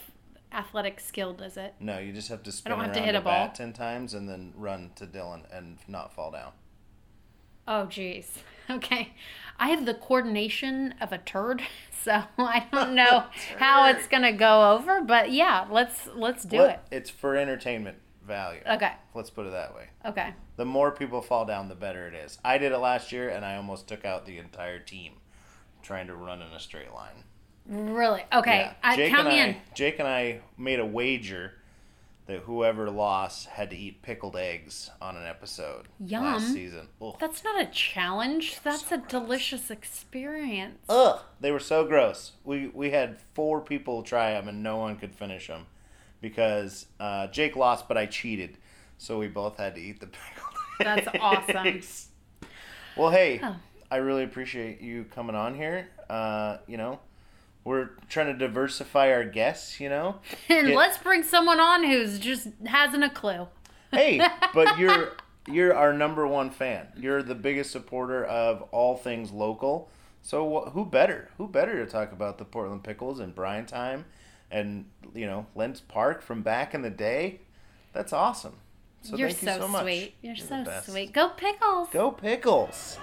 athletic skill, does it?
No, you just have to spin
don't
around
have to hit
the
a ball.
bat ten times and then run to Dylan and not fall down.
Oh, geez. Okay. I have the coordination of a turd, so I don't know how it's gonna go over, but yeah, let's let's do
Let- It's for entertainment value.
it. Okay.
Let's put it that way.
Okay.
The more people fall down, the better it is. I did it last year, and I almost took out the entire team trying to run in a straight line.
Really? Okay.
Yeah.
I,
Jake
count
and
me
I,
in.
Jake and I made a wager that whoever lost had to eat pickled eggs on an episode last
Yum.
season. Ugh.
That's not a challenge. That's a delicious experience.
Ugh, they were so gross. We we had four people try them and no one could finish them because uh, Jake lost, but I cheated, so we both had to eat the pickled.
That's awesome.
eggs. Well, hey, I really appreciate you coming on here. Uh, you know, we're trying to diversify our guests. You know,
And
Get-
let's bring someone on who's just hasn't a clue.
hey, but you're you're our number one fan. You're the biggest supporter of all things local. So wh- who better? Who better to talk about the Portland Pickles and Brine Time, and you know Lentz Park from back in the day? That's awesome. So
You're
thank
so,
you so much.
sweet. You're,
the
so
best.
sweet. Go pickles.
Go Pickles.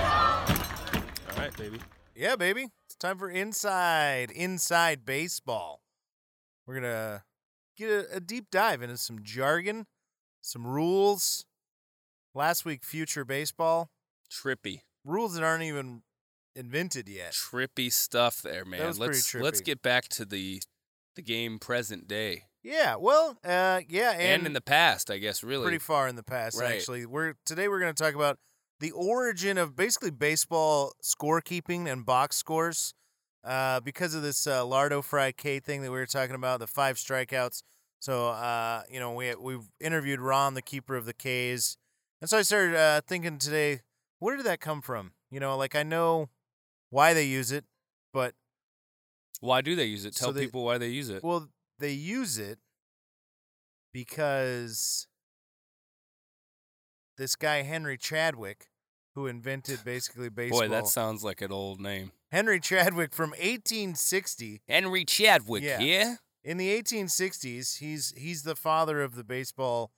All right, baby.
Yeah, baby. It's time for inside, inside baseball. We're going to get a, a deep dive into some jargon, some rules. Last week, future baseball,
Trippy,
rules that aren't even invented yet.
trippy stuff there, man.
was pretty
let's let's
trippy.
get back to the the game present day
Yeah, well, uh, yeah,
and,
and,
in the past, I guess. Really,
pretty far in the past,
Right.
actually. We're Today, we're going to talk about the origin of basically baseball scorekeeping and box scores. uh, because of this uh, Lardo Fry K thing that we were talking about, the five strikeouts. So uh, you know, we we've interviewed Ron, the keeper of the K's, and so I started uh, thinking today, where did that come from? You know, like I know why they use it, but
why do they use it?
So
Tell
they-
people why they use
Uh,
it.
well, they use it because this guy Henry Chadwick, who
who invented basically baseball.
Boy, that sounds like an old name.
Henry Chadwick from 1860.
Henry Chadwick,
Yeah.
yeah.
In the 1860s, he's he's the father of the baseball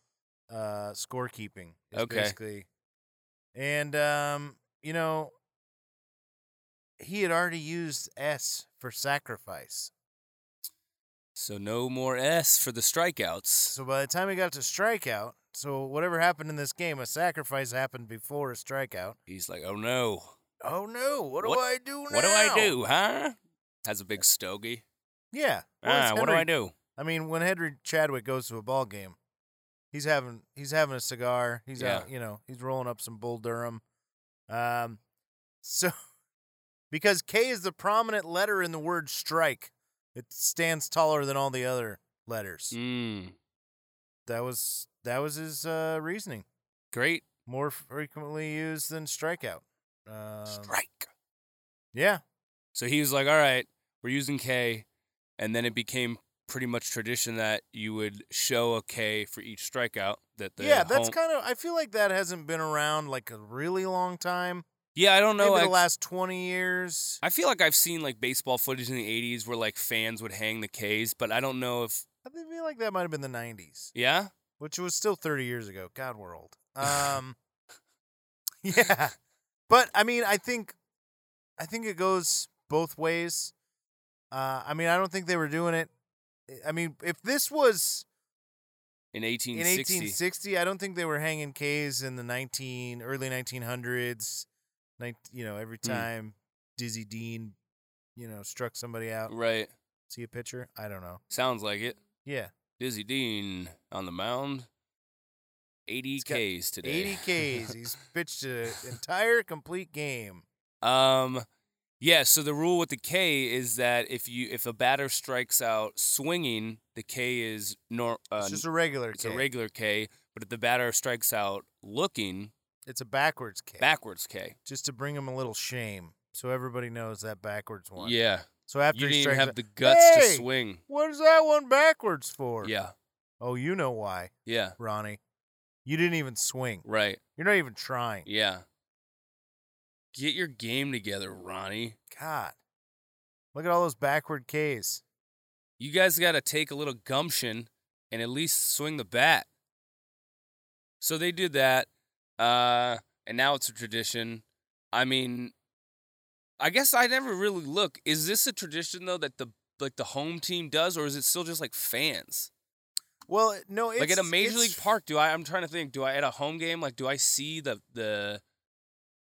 uh, scorekeeping. is
Okay.
Basically. And um, you know, he had already used S for sacrifice.
So no more S for the strikeouts.
So by the time he got to strikeout, so whatever happened in this game, a sacrifice happened before a strikeout.
He's like, oh no,
Oh no! What do
What-
I do now?
what do I do, huh? Has a big stogie.
Yeah. well, it's
Ah, what do
Henry-
I do?
I mean, when Henry Chadwick goes to a ball game, he's having he's having a cigar. He's
Yeah.
out, you know, he's rolling up some Bull Durham. Um, so because K is the prominent letter in the word strike, it stands taller than all the other letters.
Mm,
That was that was his uh, reasoning.
great
More frequently used than strikeout. Um,
strike.
Yeah,
So he was like, all right, we're using K. And then it became pretty much tradition that you would show a K for each strikeout. That the
yeah. That's
home-
kind of. I feel like that hasn't been around like a really long time.
yeah. I don't know.
Maybe
like,
the last twenty years.
I feel like I've seen like baseball footage in the '80s where like fans would hang the K's, but I don't know if
I feel like that might have been the '90s.
yeah.
which was still 30 years ago. God, we're old. Um, yeah, but I mean, I think, I think it goes both ways. Uh, I mean, I don't think they were doing it. I mean, if this was
In
in
1860,
1860, I don't think they were hanging K's in the 19 early 1900s. Nin- you know, every
Hmm.
time Dizzy Dean, you know, struck somebody out.
right?
See a pitcher? I don't know.
Sounds like it.
Yeah,
Dizzy Dean on the mound. 80
He's got
Ks today.
80 K's. He's pitched an entire complete game.
Um, yeah. So the rule with the K is that if you if a batter strikes out swinging, the K is nor uh,
It's just a regular.
it's
K.
a regular K. But if the batter strikes out looking,
It's a backwards K.
backwards K.
Just to bring him a little shame, so everybody knows that backwards one.
Yeah,
So after
you
he
didn't even
strikes
have
out-
the guts
Hey!
to swing.
What is that one backwards for?
Yeah,
Oh, you know why,
yeah,
Ronnie. You didn't even swing.
right.
You're not even trying.
Yeah. Get your game together, Ronnie.
God. Look at all those backward K's.
You guys got to take a little gumption and at least swing the bat. So they did that, uh, and now it's a tradition. I mean, I guess I never really look. Is this a tradition though that the like the home team does, or is it still just like fans?
Well, eh, no, it's
like at a major
it's-
league park, do I? I'm trying to think. Do I at a home game? Like, do I see the the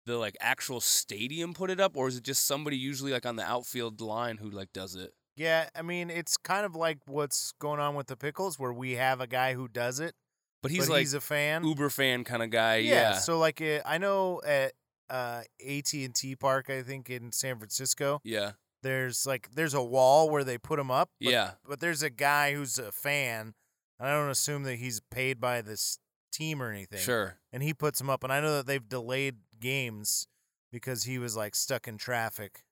the like actual stadium put it up, or is it just somebody usually like on the outfield line who like does it?
Yeah, I mean, it's kind of like what's going on with the pickles, where we have a guy who does it,
But he's
but
like
he's a fan.
Uber fan kind of guy. Yeah.
So like, uh, I know at uh, AT and T Park, I think in San Francisco,
yeah.
there's like there's a wall where they put him up. But,
Yeah.
But there's a guy who's a fan, and I don't assume that he's paid by this team or anything.
Sure.
And he puts him up, and I know that they've delayed games because he was like stuck in traffic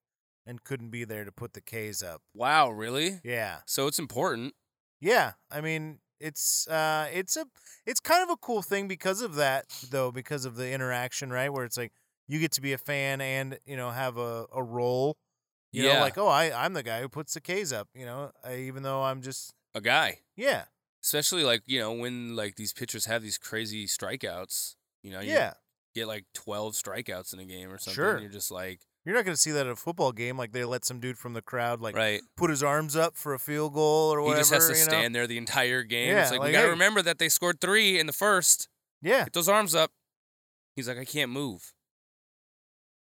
and couldn't be there to put the K's up.
Wow. Really?
Yeah.
So it's important.
Yeah, I mean it's uh it's a it's kind of a cool thing because of that though because of the interaction right where it's like you get to be a fan and you know have a a role you
yeah.
know like oh I I'm the guy who puts the K's up you know I, even though I'm just
a guy.
yeah
Especially like you know when like these pitchers have these crazy strikeouts. You know. You
yeah
Get like 12 strikeouts in a game or something.
Sure.
You're just like
you're not gonna see that at a football game like they let some dude from the crowd like
right.
put his arms up for a field goal or whatever
he just has to
you know?
stand there the entire game.
Yeah,
it's like,
like,
we got to
hey.
remember that they scored three in the first.
yeah
Get those arms up. He's like, I can't move.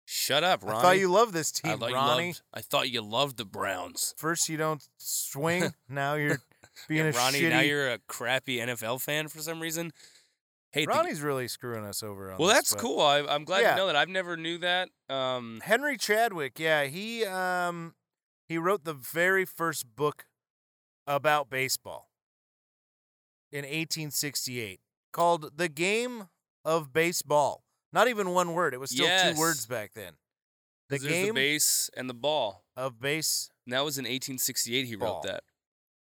Shut up, Ronnie.
I thought you loved this
I
team
thought you
Ronnie
loved- I thought you loved the Browns.
first you don't swing now you're being
Yeah,
a
Ronnie,
shitty
now you're a crappy NFL fan for some reason. Hey,
Ronnie's really screwing us over. On
well,
this,
that's
but-
cool. I, I'm glad
Yeah.
to know that. I've never knew that. Um,
Henry Chadwick, yeah, he um he wrote the very first book about baseball in 1868 called The Game of Baseball. Not even one word. It was still
Yes.
two words back then. The
'cause there's
game
the base and the ball.
of base.
And that was in 1868 he
Ball.
wrote that.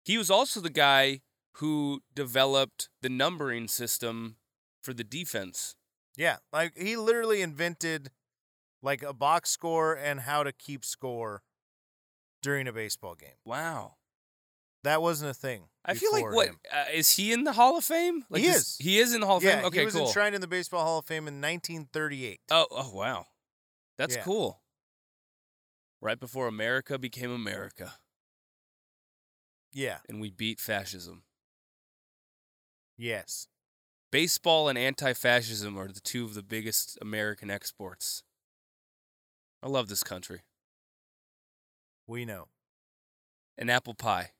He was also the guy who developed the numbering system for the defense.
Yeah, like he literally invented like a box score and how to keep score during a baseball game.
Wow.
That wasn't a thing.
I feel like
before
what
him.
uh, is he in the Hall of Fame? Like
He
this-
is.
He is in the Hall of
yeah,
Fame. Okay,
he was
cool.
enshrined in the Baseball Hall of Fame in 1938.
oh, oh wow, that's
Yeah.
cool. Right before America became America,
yeah.
and we beat fascism.
Yes.
Baseball and anti-fascism are the two of the biggest American exports. I love this country
We know.
and apple pie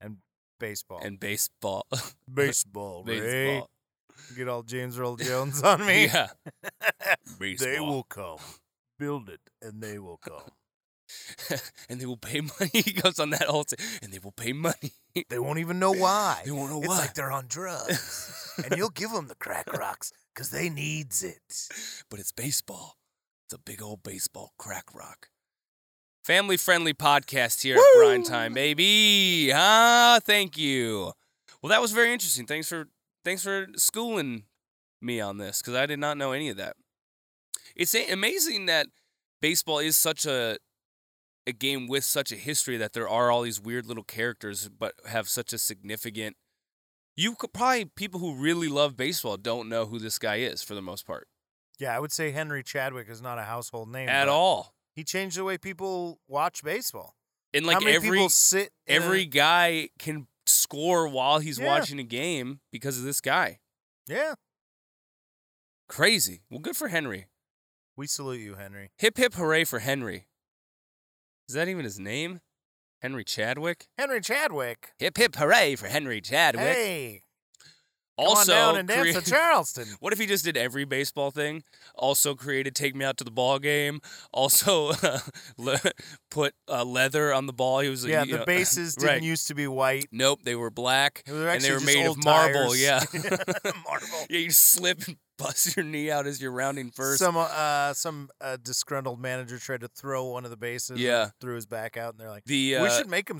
And baseball.
and baseball.
baseball, Ray.
baseball.
Get all James Earl Jones on me.
Yeah. baseball.
They will come. Build it and they will come.
and they will pay money. He goes on that whole thing, and they will pay money.
They won't even know why.
They won't know
it's
why.
like they're on drugs. and you'll give them the crack rocks because they needs it.
but it's baseball. It's a big old baseball crack rock. Family friendly podcast here at Brine Time, baby. Ah, thank you. Well, that was very interesting. Thanks for thanks for schooling me on this because I did not know any of that. It's a- amazing that baseball is such a a game with such a history that there are all these weird little characters, but have such a significant. You could probably people who really love baseball don't know who this guy is for the most part
Yeah, I would say Henry Chadwick is not a household name
at
but
all.
He changed the way people watch baseball.
And like
How many
every
people sit in a-
every guy can score while he's
Yeah.
watching a game because of this guy.
yeah.
Crazy. Well, good for Henry.
We salute you, Henry.
Hip hip hooray for Henry. Is that even his name? Henry Chadwick.
Henry Chadwick.
Hip hip hooray for Henry Chadwick.
Hey, come
also,
on down and dance
crea-
to Charleston.
what if he just did every baseball thing? Also created "Take Me Out to the Ball Game." Also le- put uh, leather on the ball. He was like,
yeah,
you
the
know-
bases didn't
right.
used to be white.
Nope, they were black
They were
and they
actually
were
just
made of
old
marble.
tires.
Yeah,
marble.
Yeah, you just slip and bust your knee out as you're rounding first.
Some uh, some uh, disgruntled manager tried to throw one of the bases.
Yeah.
and threw his back out, and they're like,
the
"We
uh,
should make him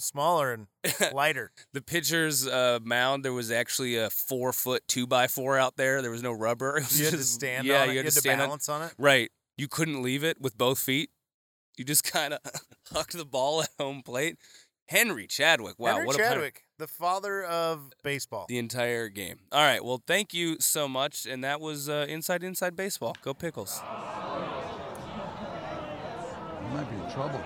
smaller and lighter."
the pitcher's uh, mound there was actually a four foot two by four out there. There was no rubber. It was
You had to
just-
stand.
Yeah,
on it.
you had to stand on.
balance on it.
Right, you couldn't leave it with both feet. You just kind of hucked the ball at home plate. Henry Chadwick. Wow,
Henry
what a player.
Chadwick, the father of baseball.
The entire game. All right. Well, thank you so much. And that was uh, Inside Inside Baseball. Go Pickles.
You might be in trouble.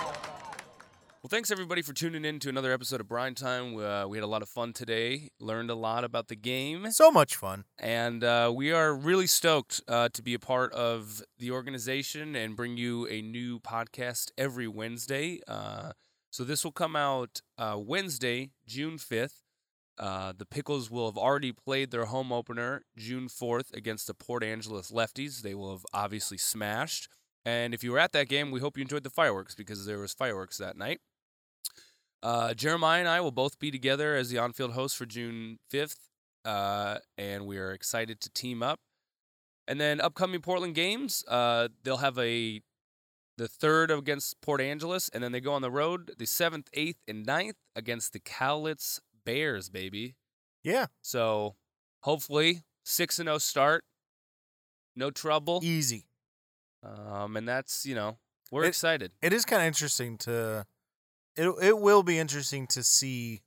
Well, thanks everybody for tuning in to another episode of Brine Time. Uh, we had a lot of fun today, learned a lot about the game,
So much fun.
and uh, we are really stoked uh, to be a part of the organization and bring you a new podcast every Wednesday. Uh, so this will come out uh, Wednesday, June 5th. Uh, the Pickles will have already played their home opener June 4th against the Port Angeles Lefties. They will have obviously smashed. And if you were at that game, we hope you enjoyed the fireworks because there was fireworks that night. Uh, Jeremiah and I will both be together as the on-field host for June 5th, uh, and we are excited to team up. And then upcoming Portland games, uh, they'll have a the third against Port Angeles, and then they go on the road the seventh, eighth, and 9th against the Cowlitz Bears, baby.
Yeah,
So hopefully six and zero start, no trouble.
easy.
Um, and that's you know we're
It-
excited.
It is kind of interesting to. It it will be interesting to see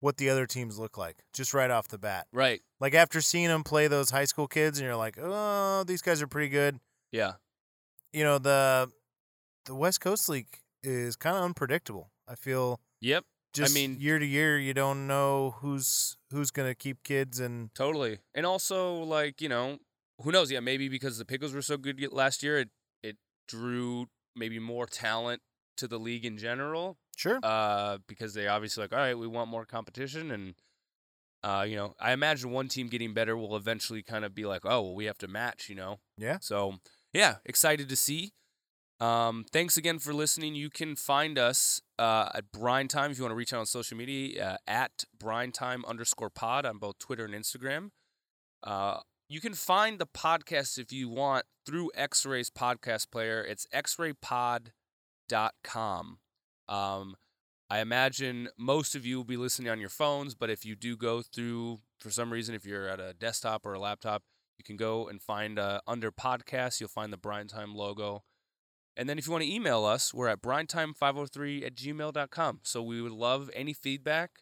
what the other teams look like just right off the bat.
Right.
Like after seeing them play those high school kids, and you're like, oh, these guys are pretty good.
Yeah.
You know the the West Coast League is kind of unpredictable. I feel
Yep.
just
mean-
year to year, you don't know who's who's gonna keep kids and
Totally. And also like, you know, who knows? Yeah, maybe because the Pickles were so good y- last year, it it drew maybe more talent to the league in general.
sure.
Uh because they obviously like, all right, we want more competition and uh, you know, I imagine one team getting better will eventually kind of be like, oh, well, we have to match, you know.
Yeah.
So, yeah, excited to see. Um, thanks again for listening. You can find us uh, at Brine Time if you want to reach out on social media uh, at Brine Time underscore pod on both Twitter and Instagram. Uh, you can find the podcast if you want through X Ray's podcast player. It's xraypod.com. Um, I imagine most of you will be listening on your phones, but if you do go through, for some reason, if you're at a desktop or a laptop, you can go and find uh, under podcasts, you'll find the Brine Time logo. And then if you want to email us, we're at brinetime503 at gmail.com. So we would love any feedback.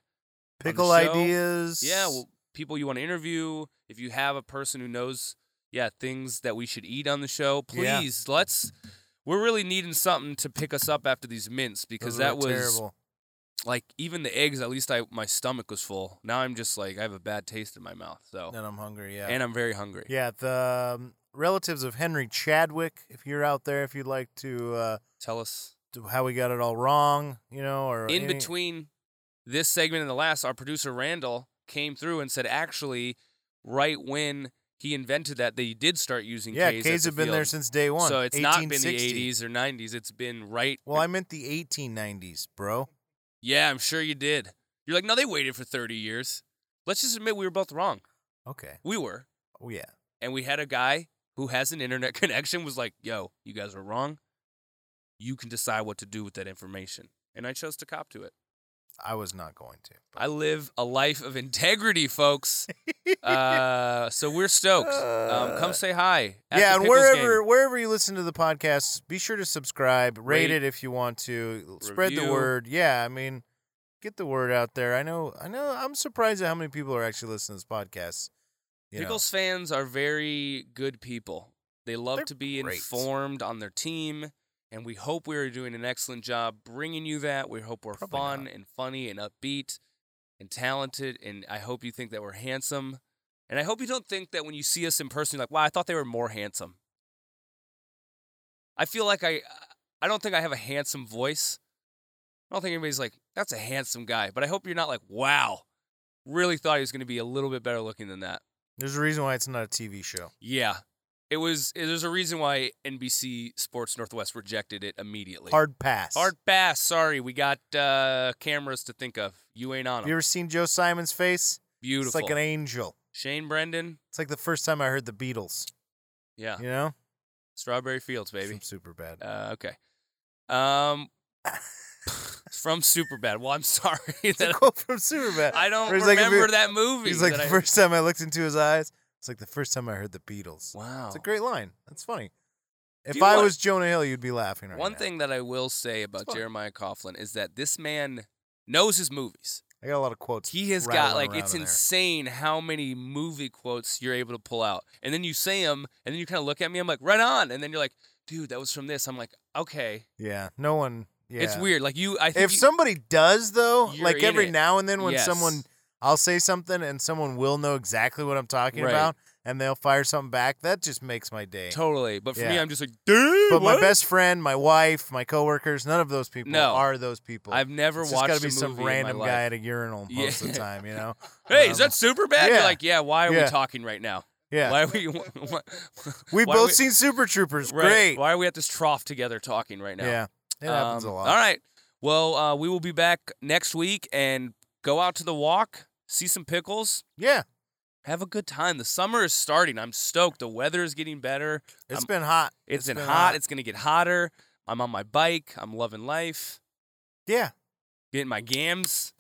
Pickle
show.
ideas.
Yeah, well, people you want to interview. If you have a person who knows, yeah, things that we should eat on the show,
Yeah.
please let's. We're really needing something to pick us up after these mints because
Those
that
were
was
terrible.
like even the eggs. At least I my stomach was full. Now I'm just like I have a bad taste in my mouth. So
And I'm hungry. Yeah.
Oh. and I'm very hungry.
yeah. The um, relatives of Henry Chadwick, if you're out there, if you'd like to, uh,
Tell us
to how we got it all wrong, you know, or
in
any-
between this segment and the last, our producer Randall came through and said actually, right when he invented that, they did start using.
Yeah,
K's,
K's,
at the
have been there
field.
since day one.
So it's not been the
1860.
80s or 90s. It's been right.
Well, I meant the 1890s, bro.
yeah, I'm sure you did. You're like, no, they waited for 30 years. Let's just admit we were both wrong.
Okay.
We were.
Oh yeah.
And we had a guy who has an internet connection was like, yo, you guys are wrong. You can decide what to do with that information. And I chose to cop to it.
I was not going to.
I live a life of integrity, folks. uh, so we're stoked. Um, come say hi. at
Uh, yeah,
the
and
Pickles
wherever
game.
wherever you listen to the podcast, be sure to subscribe, rate,
Rate,
it if you want to, spread the
review.
word. Yeah, I mean, get the word out there. I know, I know. I'm surprised at how many people are actually listening to this podcast. You know.
Pickles fans are very good people. They love
They're
to be
great.
informed on their team, and we hope we are doing an excellent job bringing you that. We hope we're
Probably
fun
not.
and funny and upbeat and talented, and I hope you think that we're handsome. And I hope you don't think that when you see us in person, you're like, wow, I thought they were more handsome. I feel like I, I don't think I have a handsome voice. I don't think anybody's like, that's a handsome guy. But I hope you're not like, wow, really thought he was going to be a little bit better looking than that.
There's a reason why it's not a TV show.
Yeah. It was it- there's a reason why NBC Sports Northwest rejected it immediately.
Hard pass.
Hard pass, sorry. We got uh cameras to think of. You ain't on
Have you
them.
ever seen Joe Simon's face?
Beautiful.
It's like an angel.
Shane Brendan.
It's like the first time I heard the Beatles.
Yeah.
You know,
Strawberry Fields, baby.
super bad.
Uh okay. Um from Superbad. Well, I'm sorry that
quote from Superbad.
I don't
Where he's like, if
remember
you're-
that movie.
He's like
that
the
I-
first time I looked into his eyes. It's like the first time I heard the Beatles.
Wow.
It's a great line. That's funny. If
Oh. you
I
want-
was Jonah Hill, you'd be laughing right
One
now.
thing that I will say about
fine.
Jeremiah Coughlin is that this man knows his movies.
I got a lot of quotes.
He has
rattling
got like
around
it's
in there.
insane how many movie quotes you're able to pull out, and then you say them, and then you kind of look at me. I'm like, right on, and then you're like, dude, that was from this. I'm like, okay,
Yeah, no one. Yeah,
it's weird. Like you, I think
If
you-
somebody does though,
You're
like
in
every
it.
now and then, when
Yes.
someone I'll say something and someone will know exactly what I'm talking
Right.
about, and they'll fire something back. That just makes my day.
totally, but for me,
Yeah.
I'm just like, dude,
But
what?"
my best friend, my wife, my coworkers, none of those people
No.
are those people.
I've never
it's just
watched
gotta
a
be some
movie in my
random
life.
guy at a urinal most of
Yeah.
the time, you know.
Hey, is
Um,
that super bad? You're
yeah.
like, yeah. Why are we
Yeah.
talking right now?
Yeah,
Why are we? Why,
we've
why are
both
we-
seen Super Troopers.
right,
Great.
Why are we at this trough together talking right now?
Yeah, it happens
Um,
a lot.
All right. Well, uh, we will be back next week and go out to the walk, see some pickles.
Yeah,
Have a good time. The summer is starting. I'm stoked. The weather is getting better.
it's
I'm-
been hot.
It's been,
been
hot. It's going to get hotter. I'm on my bike. I'm loving life.
yeah,
Getting my gams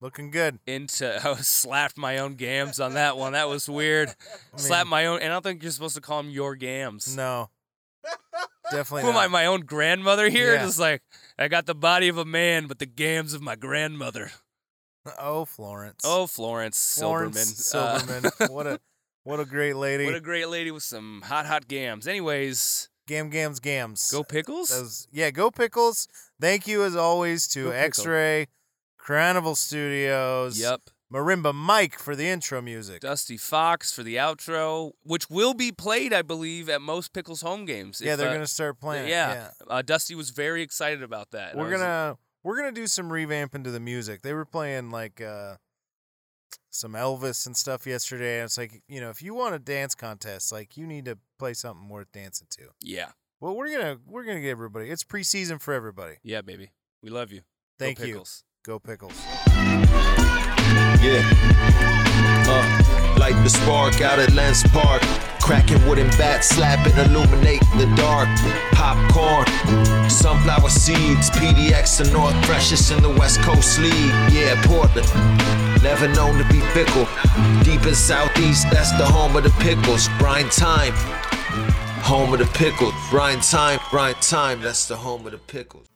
looking good.
into. I slapped my own gams on that one. That was weird.
I
Slapped
mean,
my own. And I don't think you're supposed to call them your gams.
No, definitely.
Who am I,
not.
my own grandmother here?
Yeah.
Just like, I got the body of a man, but the gams of my grandmother.
Oh, Florence.
Oh, Florence,
Florence
Silverman. Uh,
Silverman. what a what a great lady.
what a great lady with some hot, hot gams. Anyways,
Gam gams gams.
go pickles.
Those- yeah, go pickles. Thank you as always
Go
to
Pickle.
X-Ray, Carnival Studios,
Yep.
Marimba Mike for the intro music.
Dusty Fox for the outro, which will be played, I believe, at most Pickles home games.
yeah,
If,
they're
uh,
gonna start playing. it,
yeah. Uh, Dusty was very excited about that. and I
we're
was-
gonna we're gonna do some revamping to the music. They were playing like uh some Elvis and stuff yesterday. And it's like you know, if you want a dance contest, like you need to play something worth dancing to.
yeah,
Well, we're gonna we're gonna get everybody. It's preseason for everybody.
yeah, baby, we love you. Go
Thank you.
Pickles.
Go pickles.
Yeah. Uh, light the spark out at Lens Park. Cracking wooden bats, slapping, illuminate the dark. Popcorn, sunflower seeds, PDX and North Precious in the West Coast League. Yeah, Portland. Never known to be fickle. Deep in Southeast, that's the home of the pickles. Brine time. Home of the pickles. Brine time, brine time, that's the home of the pickles.